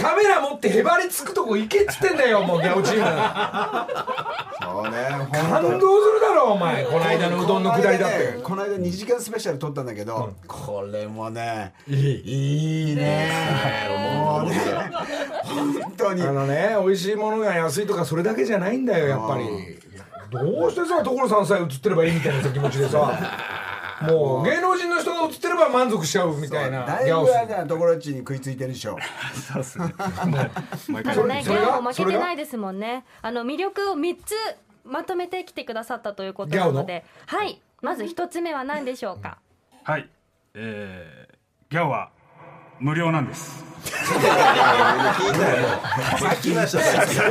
S1: カメラ持ってへばりつくとこ行けっつってんだよもうギャオチーム
S4: そうね
S1: 感動するだろお前この間のうどんのくだりだって
S4: この間2時間スペシャル撮ったんだけど、これもねいいねもうね本当に
S1: あのね美味しいものが安いとかそれだけじゃないんだよやっぱりどうしてさ所さんさえ映ってればいいみたいなさ気持ちで さもう芸能人の人が映ってれば満足しちゃうみ たいな
S4: だい
S1: ギ
S4: ぶ
S1: ャオ
S4: あれ
S1: ス
S4: だところっちに食いついてるでしょ
S7: そうですね 毎
S2: た
S7: 回
S2: だね、
S1: そ
S2: ギ
S1: れ
S2: ャオ
S1: が
S2: も負けてないですもんね。あの魅力を三つまとめてきてくださったということ
S1: ギャ
S2: な
S1: オの
S2: ので、はい。まず一つ目は何でしょうか。
S7: はいえー、ギャオは無料なんです
S5: さっきましたさっき
S1: だか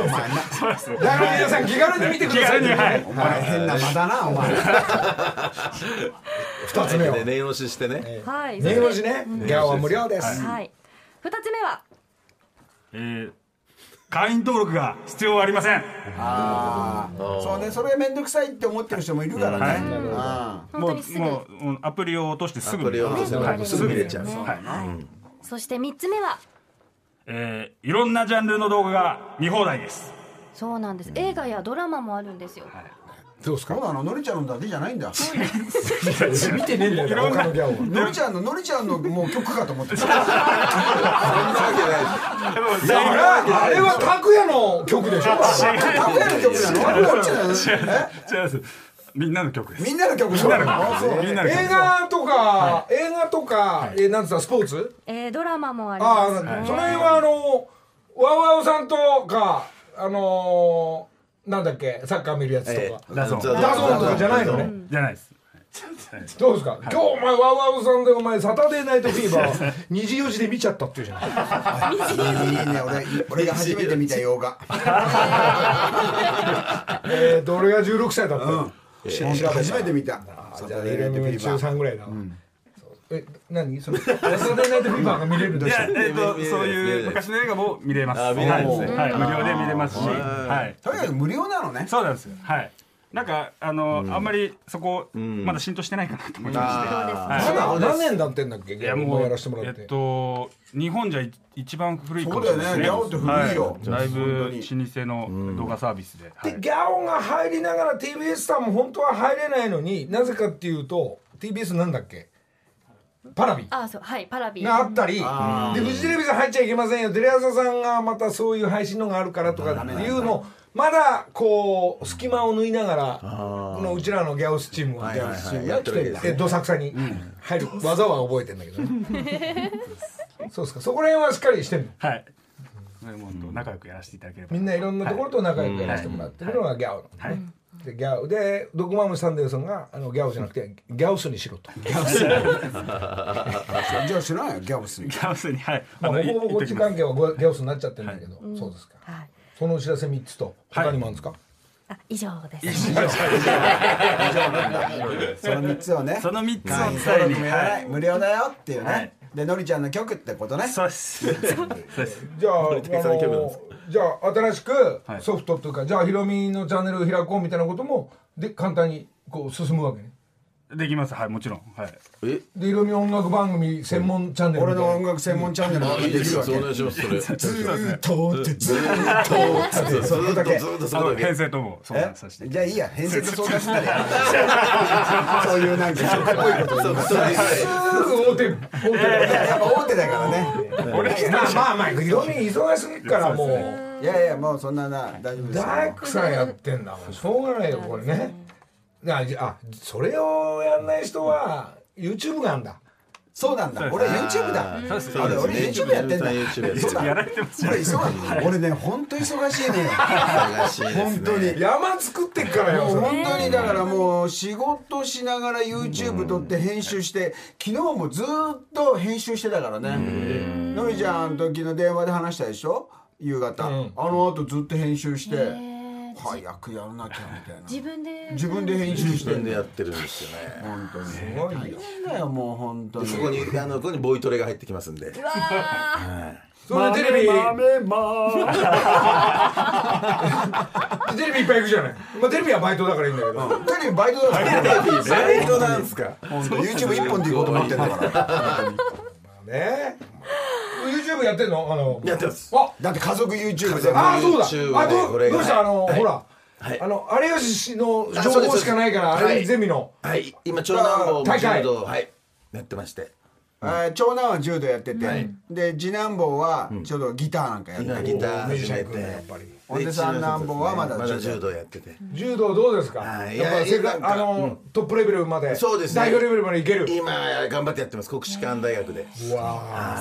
S1: ら皆さん気軽に見てくださ い
S7: 気軽には
S1: ね
S7: い
S4: お前変な間だなお前
S1: 2つ 目は
S5: で念押ししてね
S2: はい。
S1: 念押し
S2: そして
S1: ねギャオは無料です
S2: はい。二つ目は
S7: えー、会員登録が必要ありません
S4: ああそうねそれが面倒くさいって思ってる人もいるからね、うん
S2: 本当にすぐ
S7: もうもうアプリを落としてすぐ
S5: アプリを落として
S7: はい
S5: すぐ見れちゃう
S7: すぐ見れはい
S2: そして3つ目は
S7: えーいろんなジャンルの動画が見放題です
S2: そうなんです映画やドラマもあるんですよ、
S8: どうです
S4: そうなののりちゃんのだけじゃないんだ
S8: 見てねえんだよ他のギャオは
S4: のりちゃんののりちゃんのもう曲かと思ってた
S1: いやあれあれは拓也の曲でしょ
S4: 拓哉の曲なのどっちなの
S7: 違いますみんなの曲です
S4: みんなの曲なのあそう
S7: みんなの曲で
S1: 映
S7: す
S1: 画とか映画とかえなんつったスポーツ
S2: えードラマもあり
S1: ああ
S2: ます
S1: その辺はあのワウワウさんとかあのーなんだっけサッカー見るやつとか、
S7: ダゾーン
S1: ダゾーンとかじゃないのね、
S7: じゃないです
S1: どうですか、今日お前ワウワウさんでお前サタデーナイトフィーバ ー2時4時で見ちゃったっていうじゃない
S4: いいね俺俺が初めて見た洋画
S1: えーと俺が16歳だったの、
S4: 初めて見た
S1: あじゃあ13ぐらいだわ、そうえ何それサタデーナイトフィーバーが見れるん
S7: い
S1: だ
S7: や、えっと、
S5: 見れる
S7: そういう昔の映画も見れます。
S5: あ見れ
S7: は
S5: ま
S7: い、
S5: すね
S7: はい無料で見れますし、はい、
S4: とにかく無料なのね
S7: そうなんですよ。はい。なんか、あの、あんまり、そこ、まだ浸透してないかなと思いまして。
S2: あ
S7: は
S1: まだ何年だってんだっけ
S7: い、いや、も
S1: も
S7: う、
S1: うやらせてもらって、
S7: えっと、日本じゃい一番古いかもしれない
S4: そうだよねギャオって古いよ
S7: はだいぶ老舗の動画サービスで。は
S1: で、
S7: い
S1: ギャオが入りながら TBS さんも本当は入れないのになぜかっていうと TBS なんだっけパラビ
S2: あそうはいパラビ
S1: があったりでフジテレビさん入っちゃいけませんよテレ朝さんがまたそういう配信のがあるからとかっていうのをまだこう隙間を縫いながらこのうちらのギャオスチームはギャオスチームが来てえどさくさに入る技は覚えてんだけどね そうですかそこら辺はしっかりしてんの
S7: はい。それも本当仲良くやらせていただければ。
S1: みんないろんなところと仲良くやらせてもらってるのがギャオの。
S7: はい。
S1: でギャオでドクマムシサンデルさんがあのギャオじゃなくてギャオスにしろと。
S4: じゃあ知らないよギャオスに
S7: カオスに、はい。
S1: まあ、
S7: い
S1: ほぼほぼこっち
S7: 行っ
S1: 関
S7: とき
S1: 係はごギャオスになっちゃってるんだけど、そうですか。
S2: はい
S1: そのお知らせ三つと他にもあるんですか。
S2: あ以上です
S4: その3つをね
S7: ますその三つ
S4: 会員
S7: を
S4: 登
S7: 伝え
S4: 録
S7: に。
S4: もやらない
S7: は
S4: 無料だよっていう
S7: はい
S4: ねでのりちゃんの曲ってことね
S7: い。そうです。そうです。
S1: じゃあ、あの
S5: 的さんの興味なんです
S1: じゃあ新しく
S7: はい
S1: ソフトというか、じゃあヒロミのチャンネルを開こうみたいなこともで簡単にこう進むわけね。
S7: できます。はい、もちろん。はい。
S5: え
S1: でヒロミ音楽番組専門チャンネルみ
S4: 俺
S1: たいな
S4: の音楽専門チャンネルが
S5: いい
S4: で
S5: で
S4: き
S5: す
S4: る
S5: よ
S4: わけ
S5: お願いしますそれずっとず
S4: ずーっとってずーっと
S5: っとずっとそ
S7: あ
S5: こ
S7: の
S5: だけ
S7: 編成とも相談させてい
S4: じゃあいいや編成と相談したらやるそういうなんか曲っぽいことを言うの
S1: すぐ大手大手だ
S4: いややっぱ大手だからね
S1: まあまあまあヒロミ忙しいからもう
S4: いやいやもうそんなな大丈夫ですよ
S1: 大工さんやってんだもんしょうがないよこれね。あじゃあそれをやんない人は YouTube があんだ。
S4: そうなんだ俺 YouTube だ
S7: そうです
S4: あれ俺 YouTube やってんだ
S5: YouTube やって
S4: そうだ
S7: やられてます
S4: 俺忙しい俺ね本当忙しいね
S5: 忙しいです
S4: 本
S5: ね
S4: 当に
S1: 山作ってっからよ
S4: も
S1: そうれ
S4: 本当にだからもう仕事しながら YouTube 撮って編集して昨日もずっと編集してたからねのりちゃんと昨日電話で話したでしょ夕方あの後ずっと編集して早くやらなきゃみたいな
S2: 自分で
S4: 自分で編集し
S5: 自
S4: て
S5: 分
S4: ん
S5: で
S4: だ
S5: やってるんですよね
S4: 本当にす
S1: ごいよ
S4: ごいだよもう本当に
S5: そこにあのここにボイトレが入ってきますんで
S1: それでテレビ
S4: 豆ま
S1: テレビいっぱい行くじゃない、まあ、テレビはバイトだからいいんだけど、
S4: テレビバイトだから
S5: バイトなんすか
S4: YouTube 一本で行こうと思ってんだから
S1: ね YouTube やってんのあの
S5: やってます
S1: あ
S4: だって家族 YouTube で
S1: ああそうだ
S5: YouTube
S1: あ
S5: で
S1: ど
S5: こ
S1: う
S5: れが
S1: どうしたあの、ほら、
S5: はい
S1: あの有吉氏の
S5: あ
S1: 情
S5: そうです
S1: 報しかないから
S5: そうです
S1: あれゼミの、
S5: はい今長男坊も
S1: 大会
S5: 柔道はいやってまして
S4: えー長男 は柔道やってて、で次男坊はちょっとギターなんかやって
S5: 今
S4: て、
S5: ギター始め
S1: ミュージック
S5: て
S1: ねやっぱり
S4: おじさんなんぼはまだ
S5: ま
S4: 柔道
S5: だ柔道やってて
S1: 柔道どうですか
S5: はい
S1: やっぱ
S5: いや
S1: 世界
S5: なんか
S1: あの、トップレベルまで
S5: そうですね
S1: 代表レベルまでいける
S5: 今頑張ってやってます国士舘大学で
S1: うわ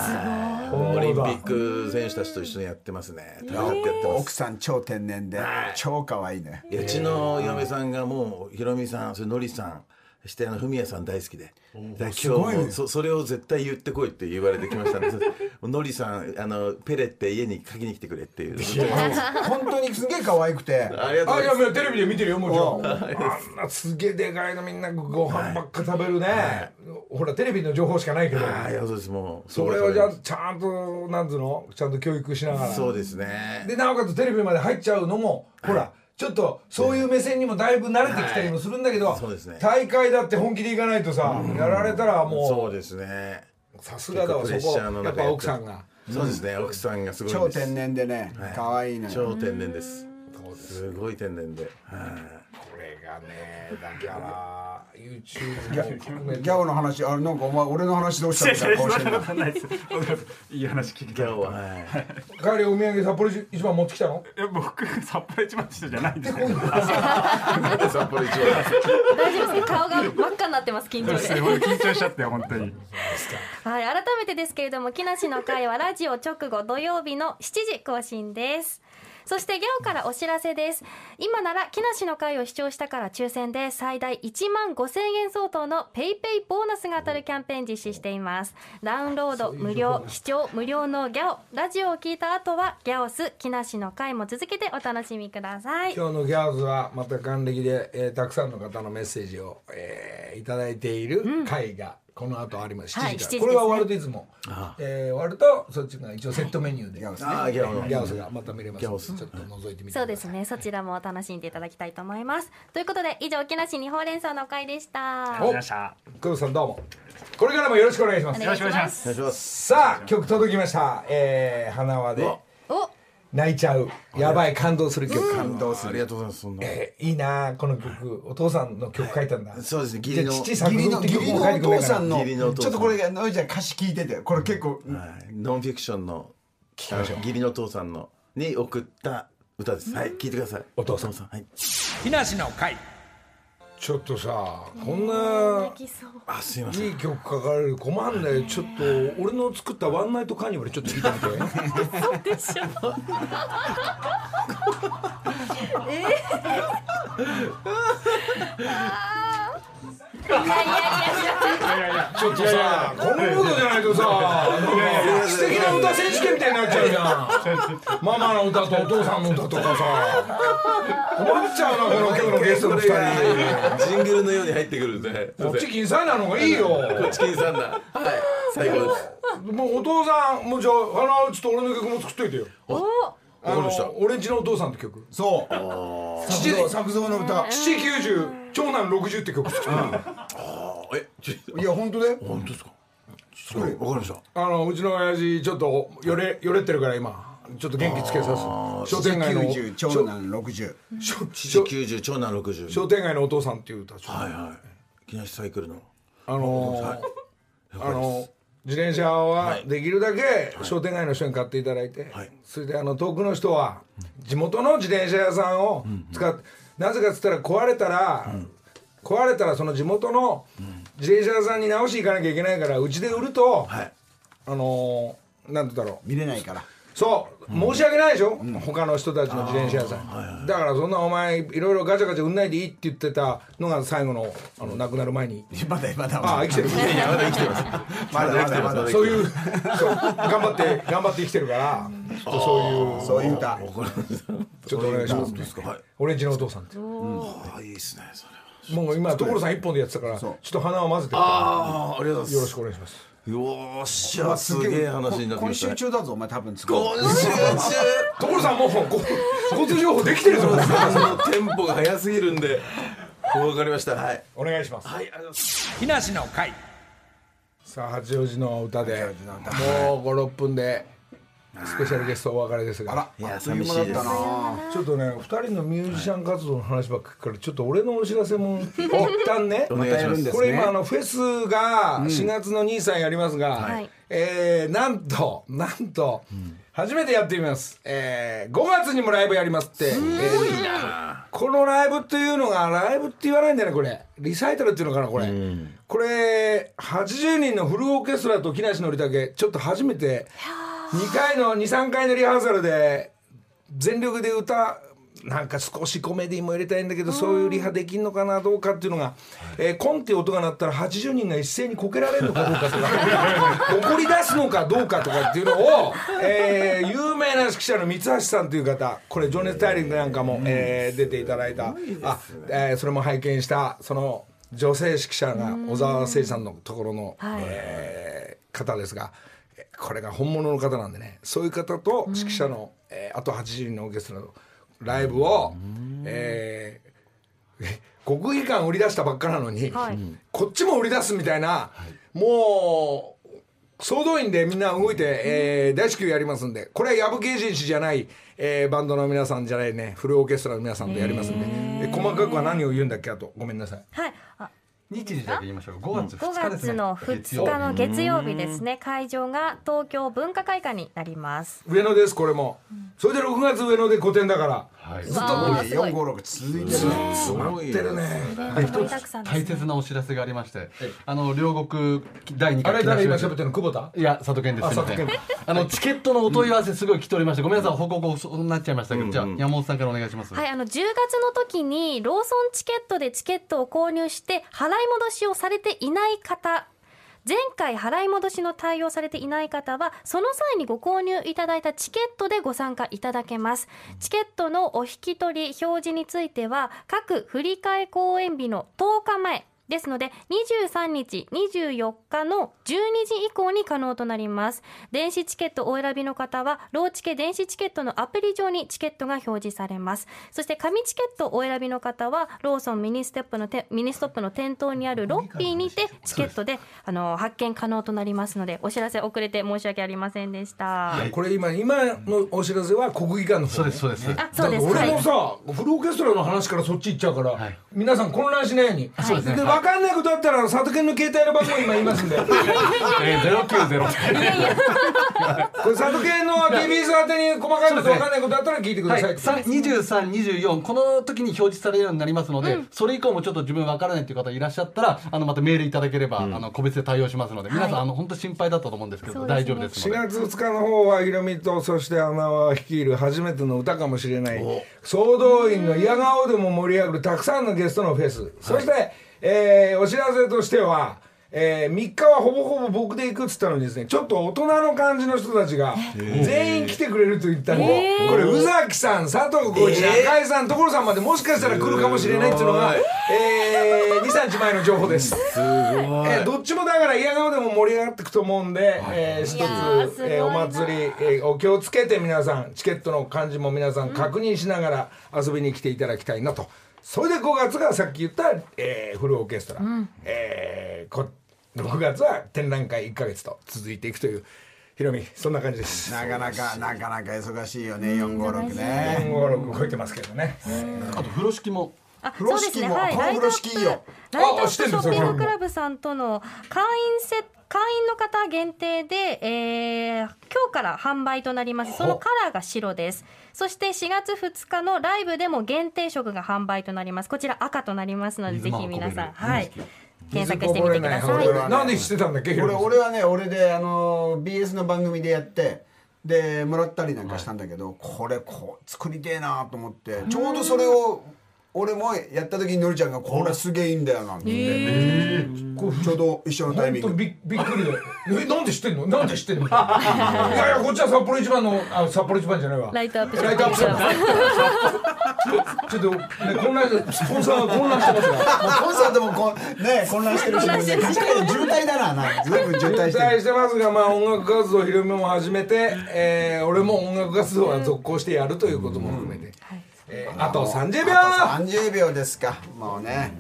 S5: オリンピック選手たちと一緒にやってますね戦ってやってま
S4: 奥
S5: す
S4: さん超天然で超可愛いね
S5: いやうちの嫁さんがもうひろみさんそれのりさんしてあのフミヤさん大好きでだから今日もそそれを絶対言ってこいって言われてきましたんでのりさんあのペレって家に書きに来てくれっていう
S4: 本当にすげえ可愛くて
S5: ありがとう
S1: あ
S5: ご
S1: い
S5: ざいま
S1: や
S5: す
S1: もうテレビで見てるよもちろんあんなすげえでかいのみんなご飯ばっか食べるね、ほらテレビの情報しかないけど
S5: あーいやそうですもう
S1: それをじゃあちゃんとなんつうのちゃんと教育しながら
S5: そうですね
S1: でなおかつテレビまで入っちゃうのも、ほらちょっとそういう目線にもだいぶ慣れてきたりもするんだけど、
S5: いそうですね
S1: 大会だって本気でいかないとさ、やられたら
S5: そう
S1: も
S5: ですね
S1: うさすがだわそ
S5: 結構
S1: こ
S5: プレッシャーの
S1: やっ
S5: 中
S1: ぱ
S5: やって
S1: 奥さんが
S5: そうですね奥さんがすごいん
S4: 超
S5: です
S4: 天然でね可愛いのよ
S5: 超天然ですすごい天然ではい
S1: これがねだから YouTube も含めて
S4: ギャオの話あれなんかお前俺の話どうしたみ たいな顔してる
S7: そんな
S4: の
S7: ことないです。 いい話聞きた
S5: ギ
S7: い
S5: ャオははい
S1: 帰りお土産札幌一番持ってきたの
S7: いや僕札幌一番の人じゃないんです
S5: な
S7: よ。
S5: んで札幌一番
S2: 大丈夫ですか顔が真っ赤になってます緊張
S7: す
S2: で
S7: ごい緊張しちゃって本当に。
S2: はい、改めてですけれども、木梨の会はラジオ直後土曜日の7時更新です。そして、ギャオからお知らせです。今なら、木梨の会を視聴したから抽選で最大1万5000円相当のペイペイボーナスが当たるキャンペーン実施しています。ダウンロード無料、視聴無料のギャオ。ラジオを聞いた後は、ギャオス、木梨の会も続けてお楽しみください。
S1: 今日のギャオズはまた還暦で、えーたくさんの方のメッセージを、えーいただいている回がこの後あります、
S2: はい
S1: 7時からこ
S2: 7時ですね
S1: れは終わるといつも、えー終わるとそっちが一応セットメニューでギャオス,、
S5: あーギャオの
S1: がまた見れますのでちょっと覗いてみてください
S2: そ
S1: う
S2: ですね、そちらも楽しんでいただきたいと思います。ということで、以上、木梨にほうれん草の会でした。
S1: お
S2: お
S7: よっしゃ
S1: 久保田さんどうもこれからもよろしくお願いします
S2: 願いし
S7: よろしくお願
S2: ま。
S7: いします
S5: お願いします
S1: さあ曲届きました「えー、花輪」で
S2: お
S1: 泣いちゃうやばい感動する曲、
S5: 感動するありがとうございますそんな
S1: えーいいなあこの曲お父さんの曲書いたんだ
S5: そうですね義
S1: じ
S5: 理
S1: ゃあ
S5: の
S1: 父
S4: 義
S1: 作
S4: 理
S1: 品っ
S4: の
S1: て
S4: 義
S1: 曲
S4: 理
S1: も
S4: の
S1: 書い
S4: お
S1: てくれな
S4: 父
S1: いか
S4: さ
S1: なん
S4: の
S5: 義理のお父
S4: ち
S5: さ
S4: ょっ
S5: ん
S4: とこれのりちゃん歌詞聞いててこれ結構
S5: はいノンフィクションのあの義理のお父さんのに送った歌ですはい聞いてくださいお父さんはい
S9: 木梨の会
S1: ちょっとさこんな
S2: 泣きそう。
S5: あすいません
S1: いい曲書かれる困んないちょっと俺の作った「ワンナイトカーニバル」ちょっと聞いてみてちょっとさこんなことじゃないとさなんか素敵な歌選手権みたいになっちゃうじゃんママの歌とお父さんの歌とかさ困っちゃうなこの今日のゲストの2人
S5: ジングルのように入ってくるん で
S1: こっち金さいなのがいいよ
S5: こっち金さんだはい最高です
S1: もうお父さんもうじゃああのちょっと俺の曲も作っといてよ
S2: お
S1: あ
S5: かりました
S1: の俺んちのお父さんって曲
S4: そう
S1: 父
S4: 作造の歌
S1: 父90長男60って曲作 った
S5: あえちょ
S4: いや本当だよ
S5: 本当ですかすごいわかりました
S1: あのうちの親父ちょっとよれよれってるから今ちょっと元気つけさす商店街の
S4: 90長男60
S1: しょし
S5: 父
S1: ょ
S5: 90長男60
S1: 商店街のお父さんっていう歌ちょっと
S5: はいはい木梨サイクルの
S1: あのーあ
S5: い
S1: の自転車は
S5: はい
S1: できるだけ商店街の人に買っていただいて、
S5: はい
S1: それであの遠くの人は地元の自転車屋さんを使って、なぜかっつったら壊れたら、壊れたらその地元の自転車屋さんに直していかなきゃいけないからうちで売ると、
S5: はい
S1: あのーなんて言うんだろう
S4: 見れないから
S1: そう申し訳ないでしょ、他の人たちの自転車屋さん、だからそんなお前いろいろガチャガチャ売んないでいいって言ってたのが最後のあの亡くなる前に
S4: まだ まだ
S1: ああ生きてる
S5: いやまだ生きてます
S4: まだまだまだ
S1: そういうそう頑張って頑張って生きてるからちょっとそういう
S4: そういう歌
S1: ちょっとお願いします
S5: そうですかはい
S1: 俺んちのお父さんって
S5: ああいいですねそれは
S1: もう今所さん一本でやってたからちょっと鼻を混ぜてるか
S5: ああありがとうご
S1: ら
S5: ざいます
S1: よろしくお願いします
S5: よーっしゃすげえ話になってきま
S4: 今
S5: したね
S4: 週中だぞお前多分作る
S5: 今週中
S1: 所さんもうこ交通情報できて るぞ
S5: のテンポが早すぎるんでわかりましたはい
S1: お願いします
S5: はいありがとうございます
S9: 木梨の会
S1: さあ八王子の歌でもう56分でスペシャルゲストお別れですが
S5: いや
S4: 冬
S5: 寂
S4: も
S5: し
S4: だ
S5: い
S4: っ
S5: で
S4: た
S5: す
S4: な
S1: ちょっとね二人のミュージシャン活動の話ばっかりからちょっと俺のお知らせも一旦ね
S5: お願いします
S1: これ今あのフェスが4月の兄さんやりますが、
S2: はい
S1: えーなんとなんと、初めてやってみます、えー5月にもライブやりますってえーこのライブというのがライブって言わないんだよねこれリサイタルっていうのかなこれ、これ80人のフルオーケストラと木梨憲武ちょっと初めて2回の23回のリハーサルで全力で歌なんか少しコメディも入れたいんだけどそういうリハできんのかなどうかっていうのが、えーコンって音が鳴ったら80人が一斉にこけられるのかどうかと か怒り出すのかどうかとかっていうのを、えー有名な指揮者の三橋さんという方これ「情熱大陸」なんかも、えー出ていただいたあ、えーそれも拝見したその女性指揮者が小沢誠治さんのところの、
S2: はい
S1: えー方ですが。えこれが本物の方なんでねそういう方と指揮者の、えーあと8人のオーケストラのライブを、えー国技館売り出したばっかなのに、
S2: はい
S1: こっちも売り出すみたいな、もう総動員でみんな動いて、えー大至急やりますんでこれは藪慶人氏じゃない、えーバンドの皆さんじゃないねフルオーケストラの皆さんとやりますんで、で細かくは何を言うんだっけあとごめんなさい。
S2: はいあ
S10: 日時だけ言いましょう。5月
S2: 5
S10: 2日です
S2: 月
S10: ね。
S2: の2日の月曜日ですね会場が東京文化会館になります
S1: 上野ですこれも、それで6月上野で個展だから、
S10: はい。
S2: わあすごい
S4: 456続いてるね
S5: すごい
S1: 出るね
S2: 盛りだくさんです
S10: 大切なお知らせがありまして、あの両国第2
S1: あ
S10: 回
S1: れ誰今
S10: 木
S1: 喋っ
S10: 梨
S1: てるの久保田
S10: いや佐渡健です
S1: あ
S10: すいませ
S1: 佐
S10: ん
S1: 渡
S10: あのチケットのお問い合わせすごい来ておりましてごめんなさい報告遅くなっちゃいましたけど、じゃあ山本さんからお願いします、
S2: はい、あの10月の時にローソンチケットでチケットを購入して払い戻しをされていない方前回払い戻しの対応されていない方はその際にご購入いただいたチケットでご参加いただけますチケットのお引き取り表示については各振替公演日の10日前ですので23日24日の12時以降に可能となります電子チケットお選びの方はローチケ電子チケットのアプリ上にチケットが表示されますそして紙チケットお選びの方はローソンミニステップのてミニストップの店頭にあるロッピーにてチケットであの発券可能となりますのでお知らせ遅れて申し訳ありませんでした、
S1: これ今今のお知らせは国技館の方ね
S10: そうですそうです
S2: あそうです
S1: 俺
S2: はい
S1: もさ、フルオーケストラの話からそっち行っちゃうから、
S10: はい
S1: 皆さん混乱しないように、
S10: そうですね
S1: で
S10: はい
S1: 分かんないことあったら佐藤君の携帯の番号今言い ますんでこ
S10: えー、090
S1: れ佐藤君の TBS 宛てに細かいこと分かんないことあったら聞いてくだ
S10: は
S1: さ
S10: い、
S1: い、
S10: さ23、24この時に表示されるようになりますので、それ以降もちょっと自分わからないという方いらっしゃったらあのまたメールいただければ、あの個別で対応しますので皆さん、
S2: はい
S10: あの本当心配だったと思うんですけど
S2: そうですね
S10: 大丈夫です
S1: 4
S10: ので。
S1: 月2日の方はひろみとそして穴輪率いる初めての歌かもしれない総動員の嫌顔でも盛り上がるたくさんのゲストのフェス、そして、えーお知らせとしては、え3日はほぼほぼ僕で行くっつったのにですねちょっと大人の感じの人たちが全員来てくれると言ったのを、これ宇崎さん佐藤浩市中井さん所さんまでもしかしたら来るかもしれないっていうのが、え23日前の情報です。えーどっちもだから嫌顔でも盛り上がっていくと思うんで、えー一
S2: いやー
S1: つ
S2: す、ごいな
S1: えーお祭り、えーお気をつけて皆さんチケットの感じも皆さん確認しながら遊びに来ていただきたいなとそれで5月がさっき言った、えーフルオーケストラ、えーこ6月は展覧会1か月と続いていくというひろみそんな感じです。
S4: なかなかなかなか忙しいよね456ね
S1: 556超えてますけどね。
S10: あと風呂式も
S2: あ
S4: 風呂敷も
S2: そうですねはい
S4: この風呂敷いいよ
S2: ライトアップライトア
S1: あ知ってんの
S2: ップショッピ
S1: そ
S2: ン
S1: れ
S2: グクラブさんとの会員セ会員の方限定で、えー今日から販売となりますそのカラーが白ですそして4月2日のライブでも限定色が販売となりますこちら赤となりますのでぜひ皆さん、はい、検索してみてください
S1: 水こぼれないなんで知ってたんだっけ？ひろ
S4: 俺
S1: み
S4: 俺はね俺であの BS の番組でやってでもらったりなんかしたんだけど、これこう作りてえなと思ってちょうどそれを俺もやった時にのりちゃんが「これすげえいいんだよ」なんて言って、こうちょうど一緒のタイミン
S1: 本当
S4: グ
S1: びびっくり でえなんで知ってんのなんで知ってんのいやいやこっちは札幌一番のあ札幌一番じゃないわ
S2: ライトアップショ
S1: ライ
S2: ッ
S1: ト
S2: ピ
S1: ア
S2: ン
S1: ップ
S2: グク
S1: さ
S2: ラ
S1: ん
S2: ブ
S1: ちょっと、ね、混乱スポンサーが混乱してますよ
S4: コンサートもこうね混乱してるし確かに渋滞だななんかずいぶん渋 滞
S1: 期
S4: してる
S1: 待してますが、まあ、音楽活動ひろみも始めて、えー俺も音楽活動は続行してやるということも含めて、えーあと30秒
S4: あと30秒ですかもうね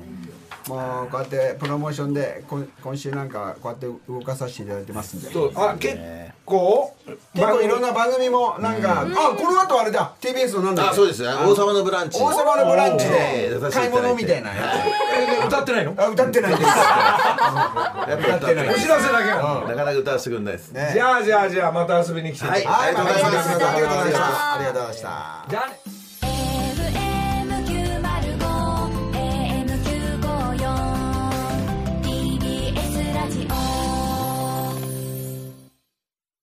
S4: もうこうやってプロモーションでこん今週なんかこうやって動かさせていただいてますんで
S1: そうあ結構
S4: 結構いろんな番組もなんか、あこの後あれだ TBS のなんだっけ
S5: あそうですね王様のブランチ
S4: 王様のブランチ
S5: え
S4: で
S5: ー出さ
S4: 買い
S5: せていただ
S4: 物
S5: いて
S4: みたいなや
S1: 歌ってないの
S4: つあ歌ってないです
S5: やっぱり
S1: お知らせだけなの
S5: なかなか歌わせてくれないですね
S4: ね
S1: じゃあじゃあじゃあまた遊びに来て、
S5: はい
S4: はいまた来ます
S5: ありがとうございました
S4: ありがとうございましたありがとうございま
S1: じゃ
S4: した
S1: あね